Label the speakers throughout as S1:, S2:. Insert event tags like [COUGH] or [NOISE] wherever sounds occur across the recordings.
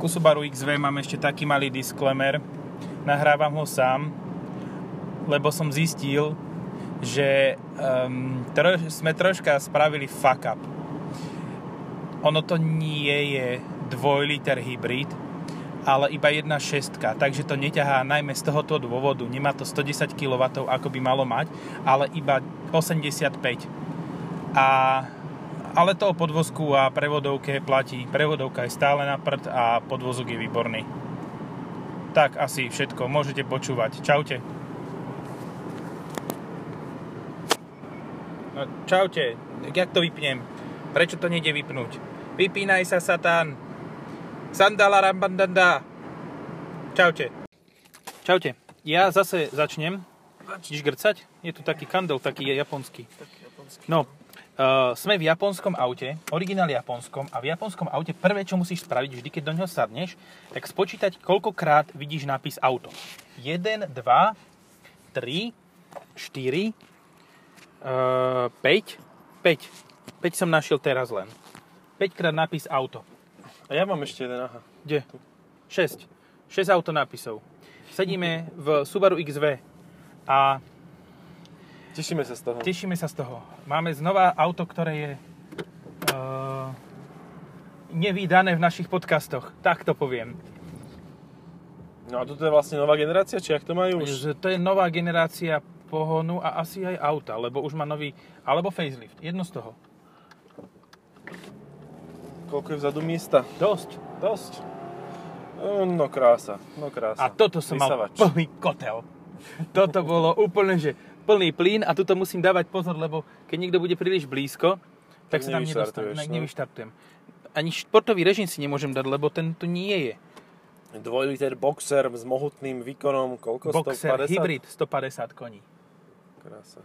S1: Ku Subaru XV mám ešte taký malý disclaimer. Nahrávam ho sám, lebo som zistil, že um, troš- sme troška spravili fuck up. Ono to nie je dvojliter hybrid, ale iba jedna šestka, takže to neťahá najmä z tohoto dôvodu. Nemá to 110 kW, ako by malo mať, ale iba 85. A, ale to o podvozku a prevodovke platí. Prevodovka je stále na prd a podvozok je výborný. Tak asi všetko, môžete počúvať. Čaute. No, čaute, jak to vypnem? Prečo to nejde vypnúť? Vypínaj sa, satán! Sandala rambandanda! Čaute. Čaute, ja zase začnem. Ideš grcať? Je tu taký kandel, taký je japonský. No, uh, sme v japonskom aute, originál japonskom, a v japonskom aute prvé, čo musíš spraviť, vždy keď do neho sadneš, tak spočítať, koľkokrát vidíš nápis auto. 1, 2, 3, 4, Uh, 5. 5. 5 som našiel teraz len. 5 krát nápis auto.
S2: A ja mám ešte jeden, aha.
S1: Kde? 6. 6 auto nápisov. Sedíme v Subaru XV a
S2: Tešíme sa z toho.
S1: tešíme sa z toho. Máme znova auto, ktoré je uh, nevydané v našich podcastoch. Tak to poviem.
S2: No a toto je vlastne nová generácia, či jak to majú už?
S1: Že to je nová generácia pohonu a asi aj auta, lebo už má nový, alebo facelift. Jedno z toho.
S2: Koľko je vzadu miesta?
S1: Dosť.
S2: Dosť. No, no krása, no krása.
S1: A toto som
S2: Vysavač.
S1: mal plný kotel. [LAUGHS] Toto bolo úplne, že plný plyn a tuto musím dávať pozor, lebo keď niekto bude príliš blízko, tak sa tam nedostanem,
S2: Nevyštartuješ,
S1: ne,
S2: no.
S1: nevyštartujem. Ani športový režim si nemôžem dať, lebo ten tu nie je.
S2: Dvojliter boxer s mohutným výkonom, koľko?
S1: Boxer
S2: 150?
S1: Hybrid 150 koní.
S2: Krása.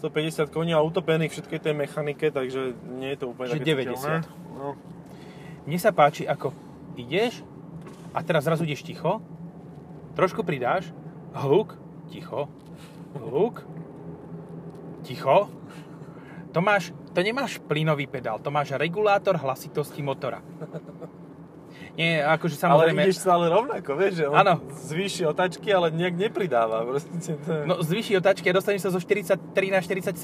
S2: 150 koní a utopených všetkej tej mechanike, takže nie je to úplne
S1: Že 90.
S2: také citeľné. No.
S1: Mne sa páči, ako ideš a teraz zrazu ideš ticho, trošku pridáš, hluk, ticho, hluk, ticho. To, máš, to nemáš plynový pedál, to máš regulátor hlasitosti motora. Nie, akože
S2: Ale
S1: samozrejme...
S2: ideš stále rovnako, vieš, že on
S1: Áno.
S2: zvýši otačky, ale nejak nepridáva. Proste, to je...
S1: No, zvyši otáčky a dostaneš sa zo 43 na 47.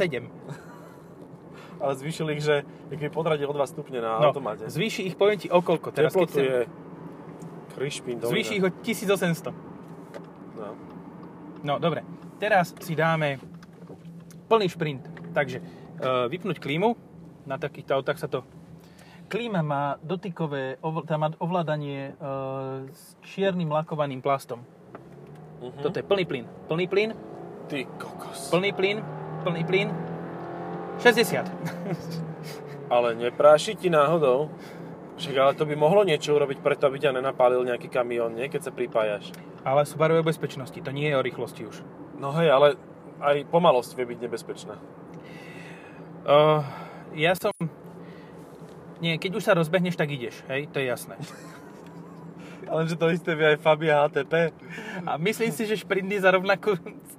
S2: Ale zvýšil ich, že ak by podradil o 2 stupne na
S1: No,
S2: automáte.
S1: zvýši ich, poviem ti, o koľko. Teraz, keď
S2: Teplotu
S1: chcem,
S2: je krišpín dolina.
S1: zvýši ich o 1800.
S2: No.
S1: No dobre, teraz si dáme plný šprint. Takže e, vypnúť klímu, na takýchto autách sa to... Klíma má dotykové, ovl- tá má ovládanie e, s čiernym lakovaným plastom.
S2: Mhm.
S1: Toto je plný plyn, plný plyn,
S2: Ty kokos.
S1: plný plyn, plný plyn. 60.
S2: Ale nepráši ti náhodou? Však ale to by mohlo niečo urobiť preto, aby ťa nenapálil nejaký kamión, nie? Keď sa pripájaš.
S1: [LAUGHS] Ale Subaru je o bezpečnosti, to nie je o rýchlosti už.
S2: No hej, ale aj pomalosť vie byť nebezpečná.
S1: Uh, ja som... Nie, keď už sa rozbehneš, tak ideš, hej, to je jasné.
S2: Ale že to isté vie aj Fabia HTP.
S1: A myslím si, že šprint je za, rovnakú,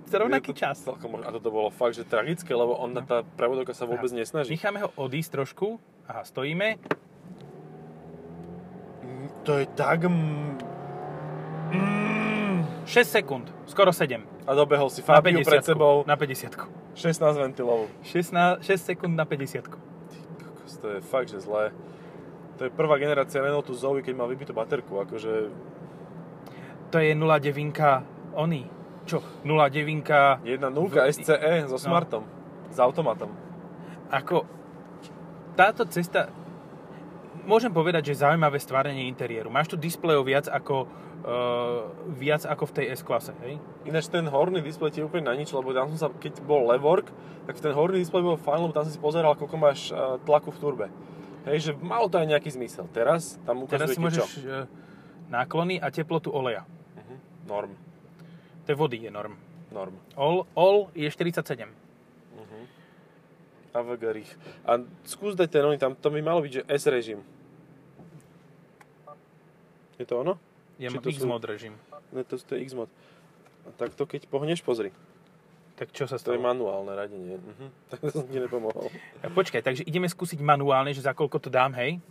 S1: za rovnaký
S2: Je to
S1: čas.
S2: Celkom, mož- a toto bolo fakt, že tragické, lebo on na tá pravodovka sa vôbec nesnaží.
S1: Necháme ho odísť trošku. Aha, stojíme.
S2: To je tak... Mm.
S1: 6 Mm. sekúnd, skoro 7.
S2: A dobehol si
S1: Na
S2: Fabiu
S1: 50.
S2: pred sebou.
S1: Na 50.
S2: 16 ventilov.
S1: 16, 6 sekúnd na 50.
S2: Kokos, to je fakt, že zlé. To je prvá generácia Renaultu Zoe, keď mal vybitú baterku, akože
S1: To je 0,9 oný. Čo? 0,9
S2: jedna nulka SCE
S1: no.
S2: so Smartom, s automatom.
S1: ako... Táto cesta... Môžem povedať, že zaujímavé stvárenie interiéru. Máš tu displejov viac ako, eh, viac ako v tej S-klase, hej?
S2: Ináč ten horný displej ti je úplne na nič, lebo tam som sa, keď bol Levork, tak ten horný displej bol fajn, lebo tam som si pozeral, koľko máš eh, tlaku v turbe. Hej, že malo to aj nejaký zmysel. Teraz tam
S1: Teraz si
S2: ukazuje ti čo?
S1: môžeš eh, náklony a teplotu oleja.
S2: Norm.
S1: To je vody je norm.
S2: Norm.
S1: All, all je 47.
S2: A v Gerich. A skús dať ten oný tam, to by malo byť, že S režim. Je to ono?
S1: Ja
S2: Či
S1: mám
S2: to sú-
S1: X-mod režim.
S2: Ne, to, to je X-mod. A tak to keď pohneš, pozri.
S1: Tak čo sa
S2: To je
S1: stalo? E,
S2: manuálne radenie. Mhm. [LAUGHS] Tak to som ti nepomohol.
S1: Ja, počkaj, takže ideme skúsiť manuálne, že za koľko to dám, hej?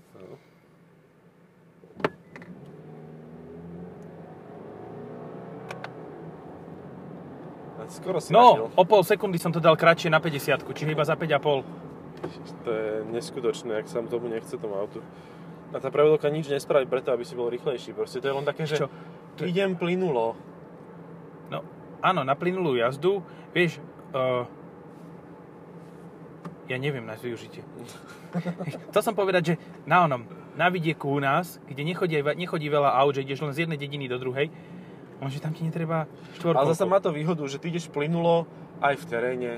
S2: skoro si
S1: No,
S2: našiel.
S1: o pol sekundy som to dal kratšie na 50, čiže iba za 5,5.
S2: To je neskutočné, ak sa mu tomu nechce tomu autu. A tá prevodovka nič nespraví preto, aby si bol rýchlejší. Proste to je len také, že
S1: Čo? To-
S2: idem plynulo.
S1: No, áno, na plynulú jazdu, vieš, uh, ja neviem nájsť
S2: [LAUGHS]
S1: využitie. Chcel som povedať, že na onom, na vidieku u nás, kde nechodí, nechodí veľa aut, že ideš len z jednej dediny do druhej, on, že tam ti netreba štvorkou.
S2: Ale zase má to výhodu, že ty ideš plynulo aj v teréne,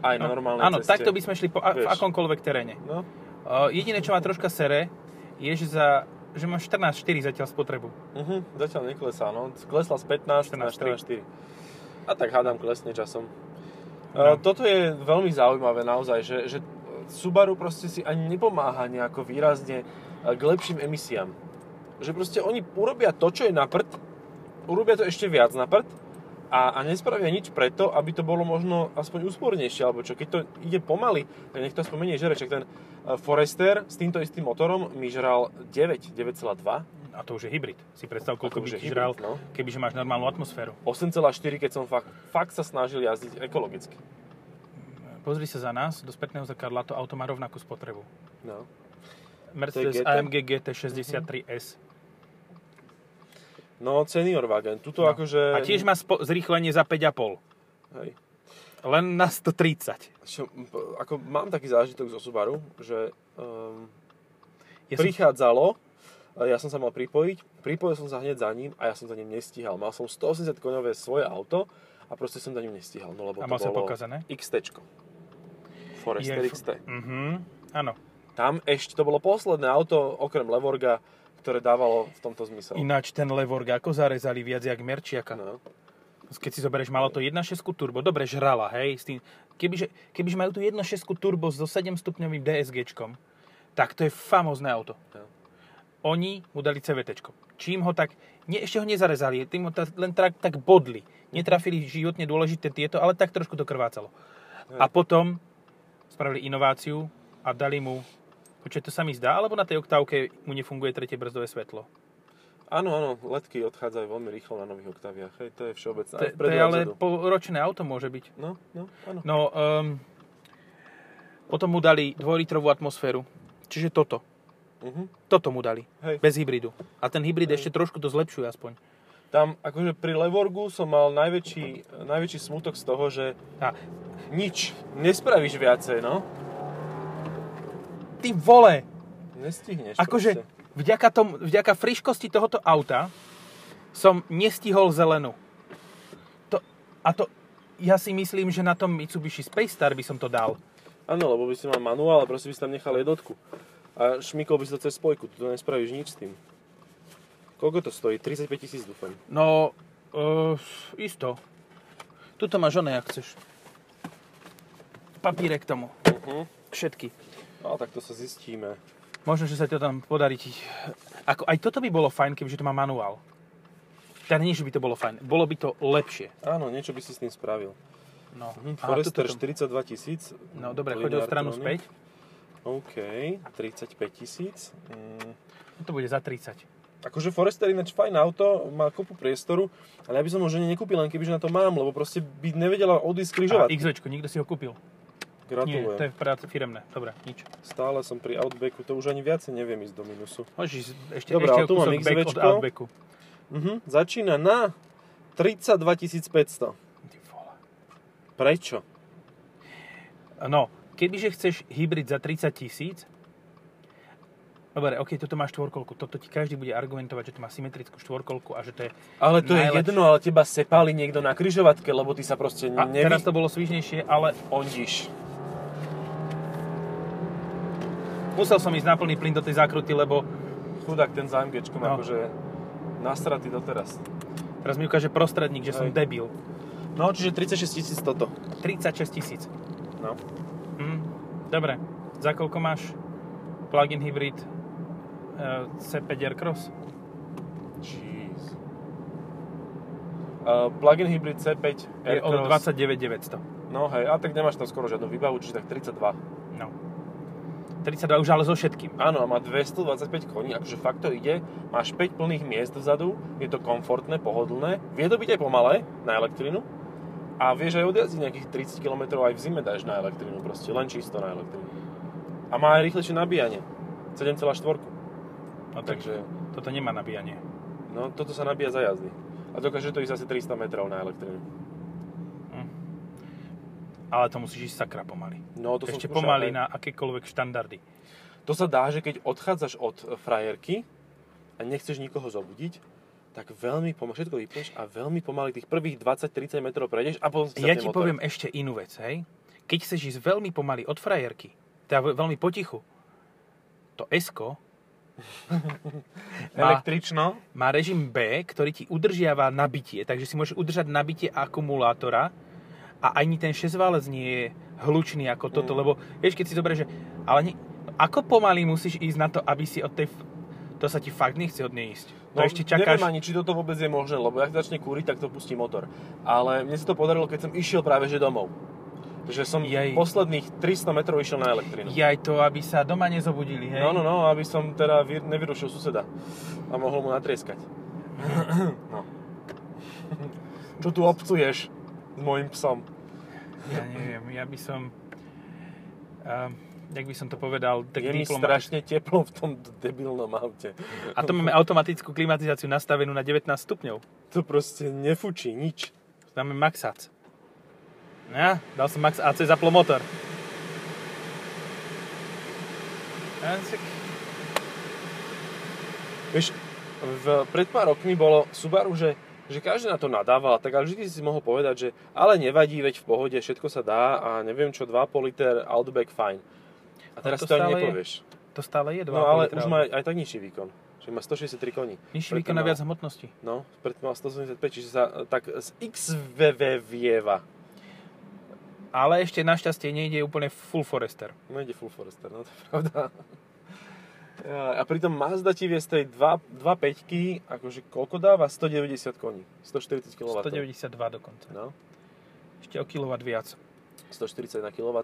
S2: aj na normálnej
S1: No, Áno,
S2: ceste.
S1: takto by sme šli po, a, v
S2: Vieš.
S1: akomkoľvek teréne.
S2: No,
S1: Uh, jediné, čo ma troška sere, je, že, za, že mám 14,4 zatiaľ spotrebu.
S2: uh-huh, zatiaľ neklesá, no. Klesla z 15 na
S1: 14,3.
S2: 14,4. A tak hádam, klesne časom. No. Toto je veľmi zaujímavé naozaj, že, že Subaru proste si ani nepomáha nejako výrazne eh, k lepším emisiám. Že proste oni urobia to, čo je na prd, urobia to ešte viac na prd a, a nespravia nič preto, aby to bolo možno aspoň úspornejšie, alebo čo, keď to ide pomaly, tak nech to aspoň menej žere. Čak ten eh, Forester s týmto istým motorom mi žral 9, 9,2.
S1: A to už je hybrid. Si predstav, koľko
S2: to
S1: by
S2: už je
S1: ti
S2: hybrid,
S1: žral,
S2: no.
S1: kebyže máš normálnu atmosféru.
S2: 8,4, keď som fakt, fakt sa snažil jazdiť ekologicky.
S1: Pozri sa za nás, do spätného zrkadla to auto má rovnakú spotrebu.
S2: No.
S1: Mercedes
S2: GT?
S1: AMG GT63S.
S2: Mhm. No, senior wagen. Tuto
S1: No.
S2: akože...
S1: A tiež má spo- zrýchlenie za 5,5.
S2: Hej.
S1: Len na 130.
S2: Čo, p- ako mám taký zážitok zo Subaru, že um,
S1: Ja som,
S2: prichádzalo, e, ja som sa mal pripojiť, pripojil som sa hneď za ním a ja som za ním nestíhal. Mal som 180 koňové svoje auto a proste som za ním nestíhal, no lebo
S1: A
S2: to
S1: mal sa
S2: bolo
S1: pokazané?
S2: XT. Forester
S1: Je-
S2: XT.
S1: Mhm, áno.
S2: Tam ešte to bolo posledné auto, okrem Levorga, ktoré dávalo v tomto zmysel.
S1: Ináč ten Levorg ako zarezali viac jak Merčiaka.
S2: No.
S1: Keď si zoberieš, malo to 1.6 turbo, dobre žrala, hej, s tým, kebyže, kebyže majú tu 1.6 turbo so 7 stupňovým DSGčkom, tak to je famózne auto.
S2: No.
S1: Oni mu dali CVTčko. Čím ho tak, nie, ešte ho nezarezali, tým ho ta, len tak, tak bodli. Netrafili životne dôležité tieto, ale tak trošku to krvácalo. A potom spravili inováciu a dali mu, počkaj, to sa mi zdá, alebo na tej oktávke mu nefunguje tretie brzdové svetlo.
S2: Áno, áno, letky odchádzajú veľmi rýchlo na nových Octaviach. Hej, to je všeobecné.
S1: To,
S2: aj
S1: to
S2: vpredu,
S1: je
S2: aj
S1: ale
S2: vzadu.
S1: ročné auto môže byť.
S2: No, no, áno.
S1: No, um, potom mu dali dvojlitrovú atmosféru. Čiže toto.
S2: Mhm.
S1: Toto mu dali.
S2: Hej.
S1: Bez hybridu. A ten hybrid ešte trošku to zlepšuje aspoň.
S2: Tam akože pri Levorgu som mal najväčší, najväčší smutok z toho, že
S1: A,
S2: nič, nespravíš viacej, no.
S1: ty vole!
S2: Nestihneš
S1: Akože
S2: proste.
S1: vďaka, tom, vďaka friškosti tohoto auta som nestihol zelenú. To, a to ja si myslím, že na tom Mitsubishi Space Star by som to dal.
S2: Áno, lebo by si mal manuál a proste by si tam nechal jednotku. A šmykol by si to cez spojku, tu nespravíš nič s tým. Koľko to stojí? 35 tisíc dúfam.
S1: No, uh, isto. Tuto máš oné, ak chceš. Papíre k tomu.
S2: Mhm.
S1: Všetky.
S2: No tak to sa zistíme.
S1: Možno, že sa to tam podarí ti... Ako, aj toto by bolo fajn, kebyže to má manuál. Teda nie, že by to bolo fajn. Bolo by to lepšie.
S2: Áno, niečo by si s tým spravil.
S1: No, Aha,
S2: Mhm, Forester
S1: toto-
S2: 42 tisíc.
S1: No, dobre,
S2: Linear
S1: choď o stranu
S2: trony.
S1: späť.
S2: OK, 35 tisíc. Mm.
S1: No, To bude za 30.
S2: Akože Forester ináč fajn auto, má kopu priestoru, ale ja by som ho žene nekúpil, len kebyže na to mám, lebo proste by nevedela odísť
S1: A
S2: križovať.
S1: XV, nikto si ho kúpil. Nie,
S2: Gratulujem.
S1: to je práce firemné. Dobre, nič.
S2: Stále som pri Outbacku, to už ani viacej neviem ísť do minusu.
S1: Môžeš ísť ešte,
S2: Dobre,
S1: ešte
S2: ale tu
S1: o
S2: mám
S1: kúsok back od
S2: XVčko.
S1: Outbacku.
S2: Mhm, začína na 32 500.
S1: Ty vole.
S2: Prečo?
S1: No, kebyže chceš hybrid za 30 tisíc, Dobre, ok, toto má štvorkolku. Toto ti každý bude argumentovať, že to má symetrickú štvorkolku a že to je...
S2: Ale to
S1: Najlepšie.
S2: je jedno, ale teba sepali niekto na križovatke, lebo ty sa proste
S1: A
S2: nevy...
S1: teraz to bolo svižnejšie, ale
S2: ondíš.
S1: musel som ísť na plný plyn do tej zákruty, lebo
S2: Chudák ten za MGčkom,
S1: No.
S2: akože nasratý doteraz.
S1: teraz mi ukáže prostredník, že som
S2: Hej.
S1: debil.
S2: No, čiže 36 tisíc toto.
S1: 36 tisíc.
S2: No.
S1: Hm. Dobre, za koľko máš plug-in hybrid eh, e, C5 Aircross?
S2: Jeez. Uh, plug-in hybrid C5
S1: Je o
S2: Aircross.
S1: 29 900.
S2: No hej, a tak nemáš tam skoro žiadnu výbavu, čiže tak 32.
S1: No. 32 už ale so všetkým.
S2: Áno, a má 225 koní, akože fakt to ide. Máš 5 plných miest vzadu, je to komfortné, pohodlné. Vie to byť aj pomalé na elektrinu. A vieš aj odjazdiť nejakých 30 km aj v zime dáš na elektrínu proste, len čisto na elektrínu. A má aj rýchlejšie nabíjanie, 7,4.
S1: No tak,
S2: Takže,
S1: toto nemá nabíjanie.
S2: no toto sa nabíja za jazdy. A dokáže to ísť asi 300 metrov na elektrínu.
S1: Hm. Ale to musíš ísť sakra pomaly.
S2: No to som
S1: Ešte
S2: skúšal
S1: pomaly
S2: aj.
S1: na akékoľvek štandardy.
S2: To sa dá, že keď odchádzaš od e, frajerky a nechceš nikoho zobudiť, tak veľmi pomaly, všetko vypneš a veľmi pomaly tých prvých 20-30 metrov prejdeš a potom si
S1: Ja
S2: zapne
S1: ti
S2: motor.
S1: poviem ešte inú vec, hej. Keď chceš ísť veľmi pomaly od frajerky, teda ve- veľmi potichu, to esko má,
S2: Električno?
S1: má režim B, ktorý ti udržiava nabitie, takže si môžeš udržať nabitie akumulátora a ani ten šesťválec nie je hlučný ako toto,
S2: Mm.
S1: lebo vieš, keď si zoberieš, že ale ne, ako pomaly musíš ísť na to, aby si od tej... f- To sa ti fakt nechce od nej ísť. To
S2: No,
S1: ešte čakáš...
S2: Neviem ani, či toto vôbec je možné, lebo ak začne kúriť, tak to pustí motor. Ale mne sa to podarilo, keď som išiel práve že domov. Že som
S1: Jej.
S2: posledných 300 metrov išiel na elektrínu.
S1: Jaj to, aby sa doma nezobudili, hej?
S2: No, no, no, aby som teda vyr- nevyrušil suseda a mohol mu
S1: [CLEARS THROAT]
S2: natrieskať. no. Čo tu obcuješ s mojim psom?
S1: Ja neviem, ja by som... Uh, jak by som to povedal, tak
S2: je mi
S1: diplomaticky.
S2: strašne teplo v tom debilnom aute.
S1: A to máme automatickú klimatizáciu nastavenú na 19 stupňov.
S2: To proste nefučí nič.
S1: Dáme max AC. No Ja, dal som max AC, zaplo motor. Ja, tak-
S2: Vieš, v, pred pár rokmi bolo Subaru, že, že každý na to nadával, tak ale vždy si mohol povedať, že ale nevadí, veď v pohode, všetko sa dá a neviem čo, 2,5 liter Outback fajn. A
S1: to
S2: teraz to, to ani
S1: stále je
S2: nepovieš.
S1: To stále je 2,5
S2: No ale
S1: litra.
S2: už má aj tak nižší výkon. Čiže má 163 koní.
S1: Nižší
S2: Predtým
S1: výkon na
S2: mal-
S1: viac hmotnosti.
S2: No, predtým mal 185, čiže sa e, tak z XVV vieva.
S1: Ale ešte našťastie nejde úplne full forester.
S2: No ide full Forester, no to je pravda. Ja, A pritom Mazda ti vie z tej 2.5, akože koľko dáva? 190 koní, 140 kW.
S1: 192 dokonca.
S2: No,
S1: Ešte o kilowatt viac.
S2: 140 na kW,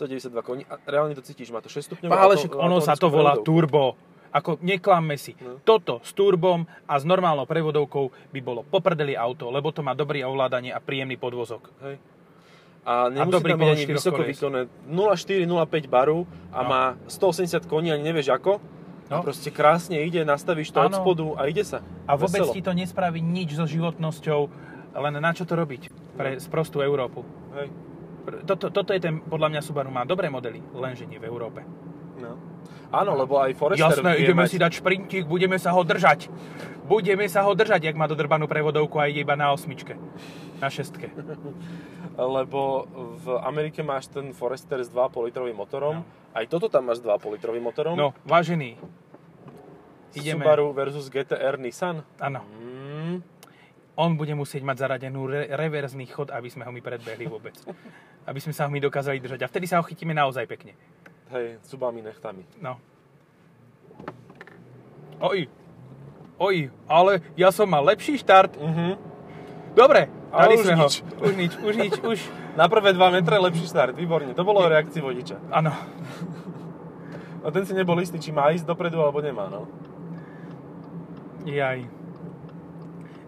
S2: 192 koní a reálne to cítiš, má No, to 6 stupňov.
S1: Pa, No, ale však ono sa to volá turbo. Ako, neklamme si.
S2: No.
S1: Toto s turbom a s normálnou prevodovkou by bolo poprdeli auto, lebo to má dobrý ovládanie a príjemný podvozok.
S2: Hej. A nemusí
S1: dobrý
S2: tam byť
S1: bol
S2: ani
S1: štyroch
S2: vysoko
S1: kolies.
S2: výkonné. 0,4, 0,5 baru a
S1: No.
S2: má 180 koní, ani nevieš ako. A
S1: No.
S2: proste krásne ide, nastavíš to od
S1: Áno.
S2: spodu a ide sa.
S1: A vôbec
S2: Veselo.
S1: ti to nespraví nič so životnosťou, len na čo to robiť pre sprostú Európu.
S2: Hej.
S1: Pr- Toto, toto je ten, podľa mňa Subaru má dobré modely, lenže nie v Európe.
S2: No. Áno, lebo aj Forester
S1: Jasné,
S2: vie
S1: ideme
S2: mať-
S1: si dať šprintík, budeme sa ho držať. Budeme sa ho držať, jak má dodrbanú prevodovku a ide iba na osmičke. Na šestke.
S2: lebo v Amerike máš ten Forester s 2,5 litrovým motorom.
S1: No.
S2: Aj toto tam máš s 2,5 litrovým motorom.
S1: No, vážený. ideme.
S2: Subaru versus GTR Nissan.
S1: Áno.
S2: Mm.
S1: On bude musieť mať zaradenú re- reverzný chod, aby sme ho my predbehli vôbec. Aby sme sa ho my dokázali držať. A vtedy sa ho chytíme naozaj pekne.
S2: Hej, zubami, nechtami.
S1: No. Oj. Oj, ale ja som mal lepší štart.
S2: Mhm.
S1: Dobre, dali
S2: Ale už
S1: sme ho.
S2: nič.
S1: Už nič, už nič, už.
S2: Na prvé 2 metre lepší start, výborne. To bolo o reakcii vodiča.
S1: Áno.
S2: A ten si nebol istý, či má ísť dopredu, alebo nemá, no.
S1: Jaj.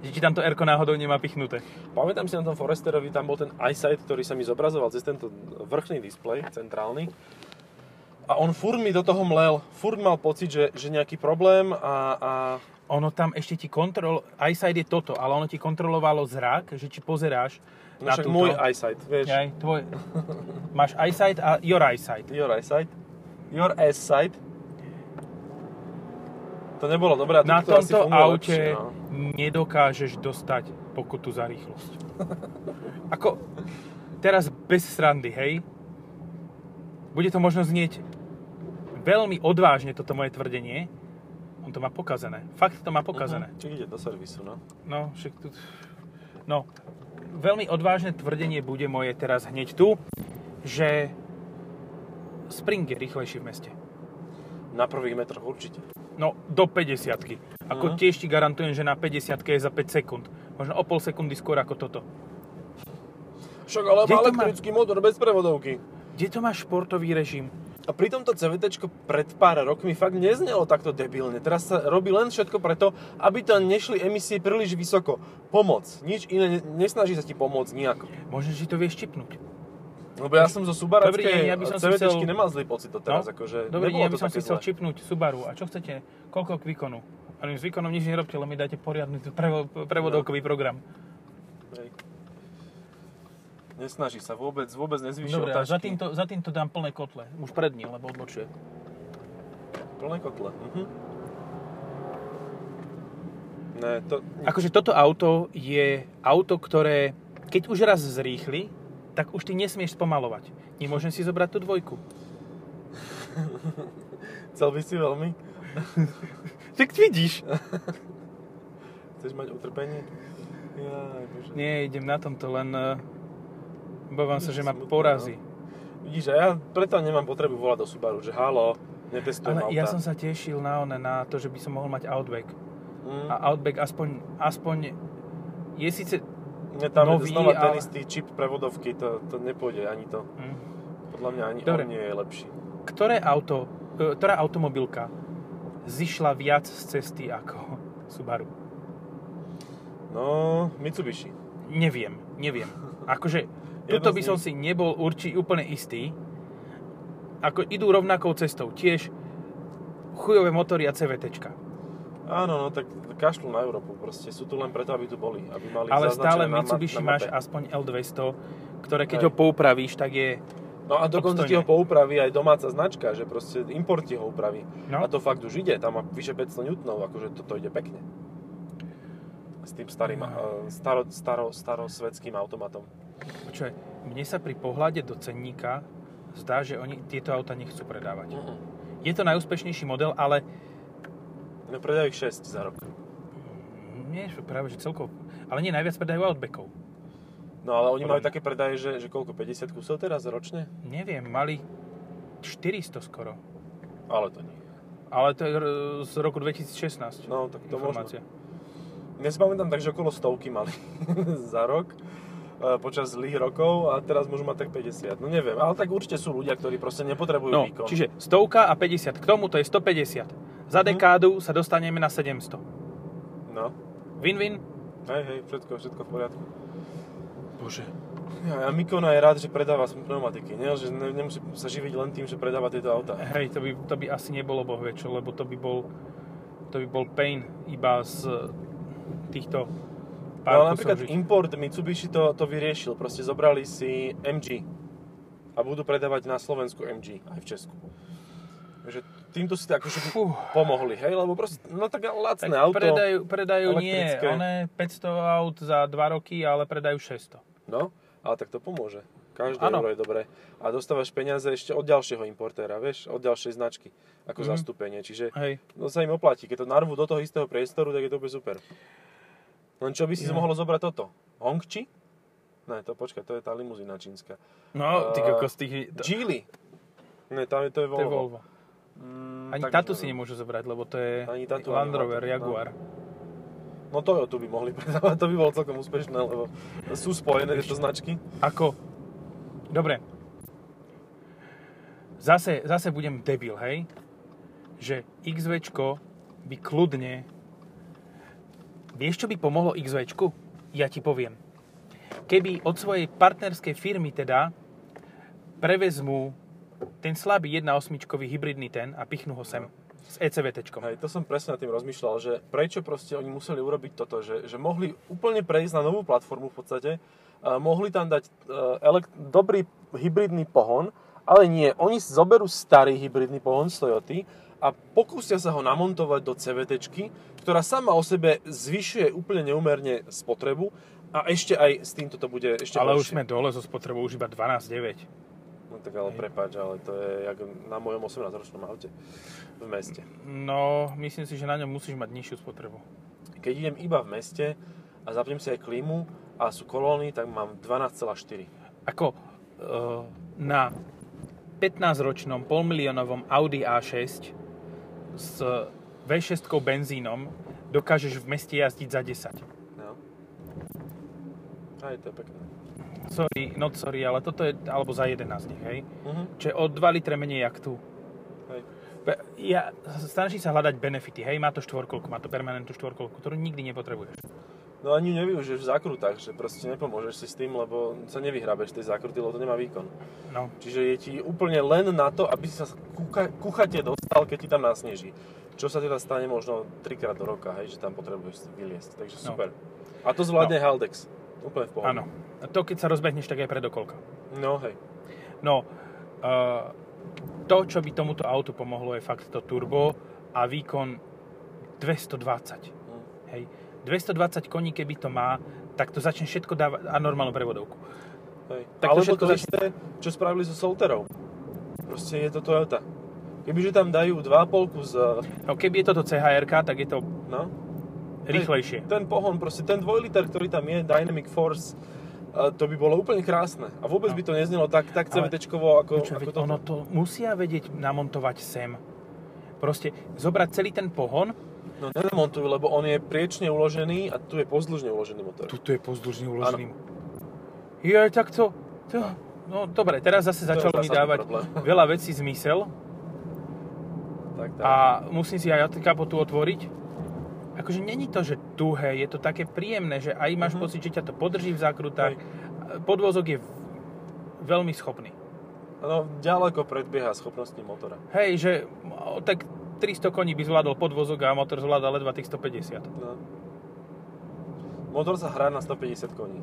S1: Že ti tam to Erko náhodou nemá pichnuté.
S2: Pamätám si na tom Foresterovi, tam bol ten eyesight, ktorý sa mi zobrazoval cez tento vrchný displej, centrálny. A on furt mi do toho mlel, furt mal pocit, že, že nejaký problém a, a
S1: Ono tam ešte ti kontrol... EyeSight je toto, ale ono ti kontrolovalo zrak, že či pozeráš
S2: no
S1: na
S2: však
S1: túto.
S2: môj eyesight, vieš,
S1: Jaj, tvoj. Máš EyeSight a your EyeSight.
S2: your eyesight, your ass sight. To nebolo dobré. a
S1: Na
S2: toto asi
S1: tomto
S2: funguje
S1: aute
S2: lepšie, no.
S1: nedokážeš dostať pokutu za rýchlosť. Ako teraz bez srandy, hej? Bude to možno znieť veľmi odvážne toto moje tvrdenie. On to má pokazené. Fakt to má pokazené.
S2: Mhm, Či ide do servisu, no.
S1: No, však tu... No, veľmi odvážne tvrdenie bude moje teraz hneď tu, že Spring je rýchlejší v meste.
S2: Na prvých metroch určite.
S1: No, do 50 Ako
S2: Mhm.
S1: tiež ti garantujem, že na 50 je za 5 sekúnd. Možno o pol sekundy skôr ako toto.
S2: Však ale
S1: Kde to
S2: má
S1: má-
S2: elektrický motor bez prevodovky.
S1: Kde to máš športový režim?
S2: A pri tomto CVT pred pár rokmi fakt neznelo takto debilne. Teraz sa robí len všetko preto, aby tam nešli emisie príliš vysoko. Pomoc. Nič iné, ne- nesnaží sa ti pomôcť nejako.
S1: Možno, že to vieš čipnúť.
S2: Lebo ja som zo
S1: Dobrý deň,
S2: Subarackej
S1: ja by som si
S2: CVTčky
S1: chcel-
S2: nemal zlý pocit to teraz. Akože
S1: No? Dobrý
S2: nebolo
S1: deň, ja by
S2: to
S1: som
S2: také
S1: si chcel
S2: zlé.
S1: čipnúť Subaru. A čo chcete? Koľko k výkonu? Ale s výkonom nič nerobte, len mi dajte poriadny prevo- prevodovkový program.
S2: Hej. Nesnaží sa vôbec, vôbec nezvýšil
S1: Dobre, a za týmto, za týmto dám plné kotle. Už pred ním, lebo odbočuje.
S2: Plné kotle. Mhm. Ne, to...
S1: Akože toto auto je auto, ktoré keď už raz zrýchli, tak už ty nesmieš spomalovať. Nemôžem si zobrať tú dvojku.
S2: Chcel by si veľmi?
S1: Tak vidíš.
S2: Chceš mať utrpenie? Jaj, bože.
S1: Nie, idem na tomto, len eh, obávam sa, že ma
S2: Smutné, no.
S1: porazí.
S2: Vidíš, a ja preto nemám potrebu volať do Subaru, že halo, netestujem
S1: Ale
S2: auta.
S1: ja som sa tešil na one, na to, že by som mohol mať Outback.
S2: Mm,
S1: A Outback aspoň, aspoň je síce...
S2: mne tam
S1: nový,
S2: je znova ten
S1: ale-
S2: istý čip prevodovky, to, to nepôjde ani to.
S1: Hm.
S2: Podľa mňa ani
S1: Dobre.
S2: on nie je lepší.
S1: Ktoré auto, eh, ktorá automobilka zišla viac z cesty ako Subaru?
S2: No, Mitsubishi.
S1: Neviem, neviem. Akože,
S2: Jedno
S1: tuto by
S2: z
S1: som
S2: nich.
S1: si nebol určite úplne istý. Ako idú rovnakou cestou. Tiež chujové motory a CVTčka.
S2: Áno, no tak kašľú na Európu proste. Sú tu len preto, aby tu boli. Aby mali
S1: Ale
S2: zaznačené
S1: stále
S2: na ma-
S1: Mitsubishi
S2: na
S1: máš
S2: mape.
S1: aspoň L200, ktoré keď
S2: Hej.
S1: ho poupravíš, tak je...
S2: No a dokonca ti ho
S1: Obstojné.
S2: poupraví aj domáca značka, že proste import ti ho upraví.
S1: No.
S2: A to fakt už ide, tam má vyše 500 newtonov, akože toto ide pekne. S tým starým,
S1: No.
S2: eh, staro, staro, starosvedským automatom.
S1: Počuaj, mne sa pri pohľade do cenníka zdá, že oni tieto auta nechcú predávať.
S2: Mm-mm.
S1: Je to najúspešnejší model, ale
S2: No predajú ich 6 za rok.
S1: nie, že práve že celkovo... Ale nie, najviac predajú Outbackov.
S2: No ale oni
S1: Podľa
S2: majú
S1: mňa.
S2: také predaje, že, že koľko, 50 kusov teraz ročne?
S1: Neviem, mali 400 skoro.
S2: Ale to nie.
S1: Ale to je r- z roku 2016.
S2: No, tak to možno.
S1: informácia.
S2: Ja si pamätám tak, že okolo stovky mali [LAUGHS] za rok e, počas zlých rokov a teraz môžu mať tak 50. No neviem, ale tak určite sú ľudia, ktorí proste nepotrebujú
S1: No,
S2: výkon.
S1: čiže stovka a 50. K tomu to je 150. Za
S2: Mhm.
S1: dekádu sa dostaneme na 700.
S2: No,
S1: Win-win?
S2: hej, hej, všetko, všetko v poriadku.
S1: Bože.
S2: Ja, a Mikona je rád, že predáva pneumatiky, nie? že ne, nemusí sa živiť len tým, že predáva tieto autá.
S1: Hej, to by, to by asi nebolo bohvečo, lebo to by bol to by bol pain iba z týchto pár
S2: No, ale napríklad
S1: kusov žiť.
S2: import Mitsubishi to, to vyriešil, proste zobrali si MG a budú predávať na Slovensku MG, aj v Česku. Že týmto si to akože
S1: Fú.
S2: pomohli, hej, lebo proste, no tak lacné
S1: Tak
S2: auto.
S1: predajú, predajú nie,
S2: elektrické.
S1: one 500 aut za 2 roky, ale predajú 600.
S2: No, ale tak to pomôže. Každé
S1: Áno.
S2: euro je dobré. A dostávaš peniaze ešte od ďalšieho importéra, vieš, od ďalšej značky,
S1: Mhm.
S2: ako zastúpenie. Čiže
S1: Hej.
S2: no, sa im oplatí. Keď to narvú do toho istého priestoru, tak je to úplne super. Len čo by si
S1: Ja.
S2: mohlo zobrať toto? Hongchi? Ne, to počkaj, to je tá limuzína čínska.
S1: No, ty
S2: Eh,
S1: kokos, tých... To,
S2: Geely! Ne, tam je, to
S1: to je
S2: je Volvo.
S1: Volvo.
S2: Mm,
S1: Ani
S2: tak
S1: táto
S2: neviem.
S1: si nemôžu zobrať, lebo to je
S2: Ani tátu, ani
S1: Land Rover,
S2: tátu, no.
S1: Jaguar.
S2: No Toyota by mohli [LAUGHS] predávať, to by bolo celkom úspešné, lebo sú spojené tieto značky.
S1: Ako? Dobre. Zase, zase budem debil, hej? Že XVčko by kľudne... Vieš, čo by pomohlo XVčku? Ja ti poviem. Keby od svojej partnerskej firmy teda prevezmú ten slabý 1.8 hybridný ten a pichnú ho sem s E ECVTčkom.
S2: Hej, to som presne nad tým rozmýšľal, že prečo proste oni museli urobiť toto, že, že mohli úplne prejsť na novú platformu v podstate, a mohli tam dať e, elekt- dobrý hybridný pohon, ale nie, oni zoberú starý hybridný pohon z Toyoty a pokúsia sa ho namontovať do CVTčky, ktorá sama o sebe zvyšuje úplne neumerne spotrebu a ešte aj s týmto to bude ešte
S1: Ale už
S2: horšie.
S1: sme dole so spotrebou už iba 12,9.
S2: No tak ale
S1: Hej.
S2: prepáč, ale to je jak na mojom 18-ročnom aute v meste.
S1: No, myslím si, že na ňom musíš mať nižšiu spotrebu.
S2: Keď idem iba v meste a zapnem si aj klímu a sú kolóny, tak mám 12,4.
S1: Ako eh, na 15-ročnom polmiliónovom Audi A6 s V6 benzínom dokážeš v meste jazdiť za 10.
S2: No. Aj to je pekné.
S1: sorry, not sorry, ale toto je, alebo za 11, hej?
S2: Mhm.
S1: Čiže o 2 litre menej jak tu.
S2: Hej.
S1: Pe- Ja, snaží sa hľadať benefity, hej, má to štvorkolku, má to permanentnú štvorkolku, ktorú nikdy nepotrebuješ.
S2: No ani ju nevyužiješ v zákrutách, že proste nepomôžeš si s tým, lebo sa nevyhrábeš z tej zákruty, lebo to nemá výkon.
S1: No,
S2: Čiže je ti úplne len na to, aby si sa kucha, kuchate dostal, keď ti tam nasneží. Čo sa teda stane možno trikrát do roka, hej, že tam potrebuješ vyliesť. Takže
S1: No.
S2: super. A to zvládne Haldex. Úplne v pohode.
S1: áno. A to, keď sa rozbehneš, tak aj predokolka.
S2: No hej.
S1: No, uh, to, čo by tomuto autu pomohlo, je fakt to turbo a výkon 220.
S2: Hm.
S1: Hej. 220 koní, keby to má, tak to začne všetko dávať a normálnu prevodovku.
S2: hej.
S1: Tak to
S2: Alebo
S1: všetko
S2: to
S1: začne-
S2: isté, čo spravili so Solterou. Proste je to Toyota. Kebyže tam dajú 2,5 kus, eh,
S1: No, keby je toto chr tak je to
S2: no,
S1: rýchlejšie.
S2: ten pohon, proste ten dvojliter, ktorý tam je, Dynamic Force, eh, to by bolo úplne krásne. A vôbec
S1: No.
S2: by to neznelo tak, tak
S1: Ale-
S2: CVTčkovo, ako,
S1: Čo,
S2: ako
S1: veď
S2: to.
S1: ono to musia vedieť namontovať sem. Proste zobrať celý ten pohon,
S2: No nenamontujú, lebo on je priečne uložený a tu je pozdĺžne uložený motor.
S1: tuto je pozdĺžne uložený. Je aj takto. To, no dobre, teraz zase
S2: To je
S1: začalo mi
S2: zásadný
S1: dávať
S2: problém.
S1: veľa vecí zmysel
S2: Tak, tak.
S1: a musím si aj kapotu otvoriť. Akože není to, že tuhé, je to také príjemné, že aj máš
S2: Mhm.
S1: pocit, že ťa to podrží v zákrutách. Podvozok je v- veľmi schopný.
S2: No, ďaleko predbieha schopnosti motora.
S1: Hej, že o, tak 300 koní by zvládol podvozok a motor zvláda ledva tých 150.
S2: No. Motor sa hrá na 150 koní.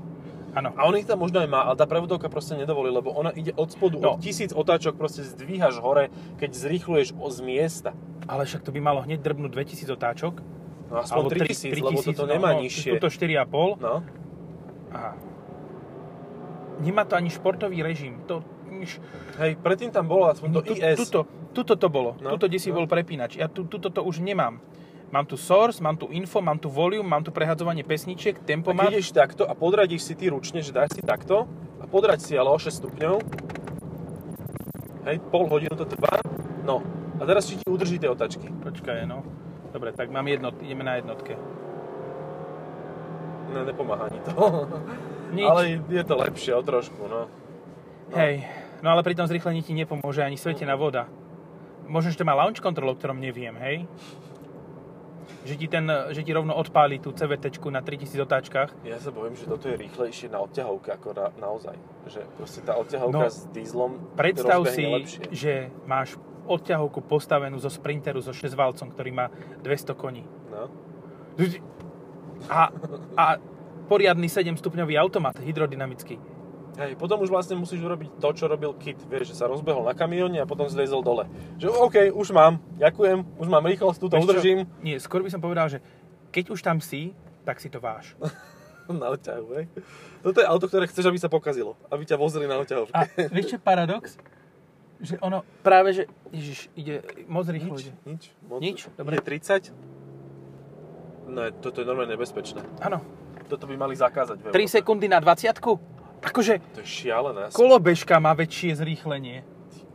S1: Áno.
S2: A on ich tam možno aj má, ale tá prevodovka proste nedovolí, lebo ona ide od spodu,
S1: No.
S2: od tisíc otáčok proste zdvíhaš hore, keď zrýchluješ o z miesta.
S1: Ale však to by malo hneď drbnúť 2000 otáčok.
S2: No aspoň 3000, lebo
S1: no,
S2: toto nemá nižšie.
S1: Tuto 4,5.
S2: No,
S1: Aha. Nemá to ani športový režim. To, nič,
S2: hej, predtým tam bolo aspoň to
S1: No tu-
S2: IS.
S1: Tuto, tuto to bolo.
S2: No,
S1: No, tuto, kde si
S2: no.
S1: bol prepínač. Ja tu, tuto to už nemám. Mám tu source, mám tu info, mám tu volume, mám tu prehadzovanie pesničiek,
S2: A keď
S1: tempomat.
S2: ideš takto a podradíš si ty ručne, že dáš si takto a podraď si ale o 6 stupňov, hej, pol hodinu to trvá, no. A teraz či ti udrží tie otačky.
S1: Počkaj, no. Dobre, tak mám jednot, ideme na jednotke.
S2: No, nepomáha ani to.
S1: Nič.
S2: Ale je to lepšie o trošku, no.
S1: No. Hej, no ale pri tom zrýchlení ti nepomôže ani svetená voda. Možno, že to má launch control, o ktorom neviem, hej? Že ti, ten, že ti rovno odpáli tú CVT na 3000 otáčkach.
S2: Ja sa bojím, že toto je rýchlejšie na odťahovke ako na, naozaj. Že proste tá odťahovka
S1: No.
S2: s dízlom
S1: Predstav
S2: rozbehne
S1: si,
S2: lepšie.
S1: že máš odťahovku postavenú zo sprinteru so 6 valcom, ktorý má 200 koní.
S2: No.
S1: A, a poriadny 7-stupňový automat, hydrodynamický.
S2: Hej, potom už vlastne musíš urobiť to, čo robil Kit. Vieš, že sa rozbehol na kamióne a potom zliezol dole. Že OK, už mám, ďakujem, už mám rýchlosť, tu to
S1: Vieš čo?
S2: udržím.
S1: Nie, skôr by som povedal, že keď už tam si, tak si to váš.
S2: Na oťahu, hej. Toto je auto, ktoré chceš, aby sa pokazilo. Aby ťa vozili na oťahovke.
S1: A vieš čo je paradox? Že ono práve, že... Ježiš, ide moc rýchlo.
S2: Nič,
S1: Ide.
S2: nič. Moc...
S1: Nič, dobre.
S2: Je 30? No, toto je normálne nebezpečné.
S1: Áno.
S2: Toto by mali
S1: 3
S2: zakázať. v Európe.
S1: sekundy na 20 Akože
S2: To je šialené. Ko-
S1: kolobežka má väčšie zrýchlenie.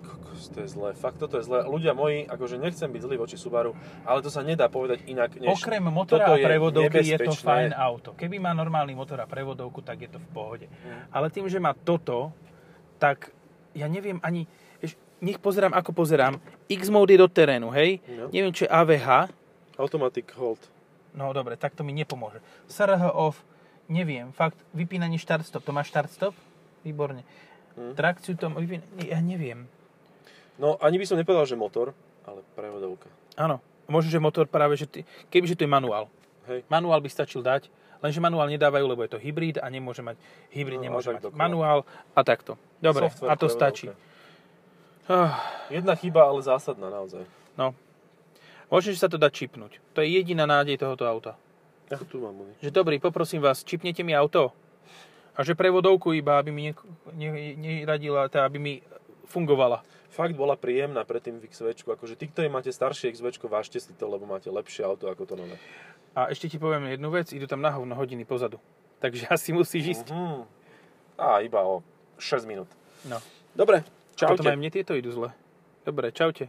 S2: Kokos, to je zlé. Fakt, toto je zlé. Ľudia moji, akože nechcem byť zlý voči Subaru, ale to sa nedá povedať inak, než...
S1: Okrem motora
S2: toto
S1: a
S2: je
S1: prevodovky je to
S2: nebezpečné.
S1: fajn auto. Keby má normálny motor a prevodovku, tak je to v pohode.
S2: Mhm.
S1: Ale tým, že má toto, tak ja neviem ani... Vieš, nech pozerám, ako pozerám. X-mode je do terénu, hej?
S2: No.
S1: Neviem, čo je AVH.
S2: Automatic hold.
S1: No dobre, tak to mi nepomôže. SRH off, neviem, fakt, vypínanie štart stop. To má štart stop? Výborne.
S2: Hm.
S1: Trakciu to má, vypín... ja neviem.
S2: No, ani by som nepovedal, že motor, ale prevodovka.
S1: Áno, možno, že motor práve, že ty... kebyže to je manuál.
S2: Hej.
S1: Manuál by stačil dať, lenže manuál nedávajú, lebo je to hybrid a nemôže mať, hybrid
S2: No, a
S1: nemôže
S2: tak
S1: mať
S2: dokola.
S1: manuál a takto. Dobre,
S2: Software
S1: a to
S2: prevodovka.
S1: stačí. Ah,
S2: Jedna chyba, ale zásadná naozaj.
S1: no. Možno, že sa to dá čipnúť. To je jediná nádej tohoto auta.
S2: Ja tu mám oni.
S1: že dobrý, poprosím vás, čipnete mi auto. A že prevodovku iba, aby mi nieko- ne- neradila, teda aby mi fungovala.
S2: Fakt bola príjemná predtým v XV, akože tí, ktorí máte staršie XV, vážte si to, lebo máte lepšie auto ako to nové.
S1: A ešte ti poviem jednu vec, idú tam na hovno hodiny pozadu. Takže [LAUGHS] asi musíš ísť.
S2: Mhm. Á, iba o 6 minút.
S1: No.
S2: Dobre,
S1: Čaute. Potom aj
S2: čaute.
S1: mne tieto idú zle. Dobre, čaute.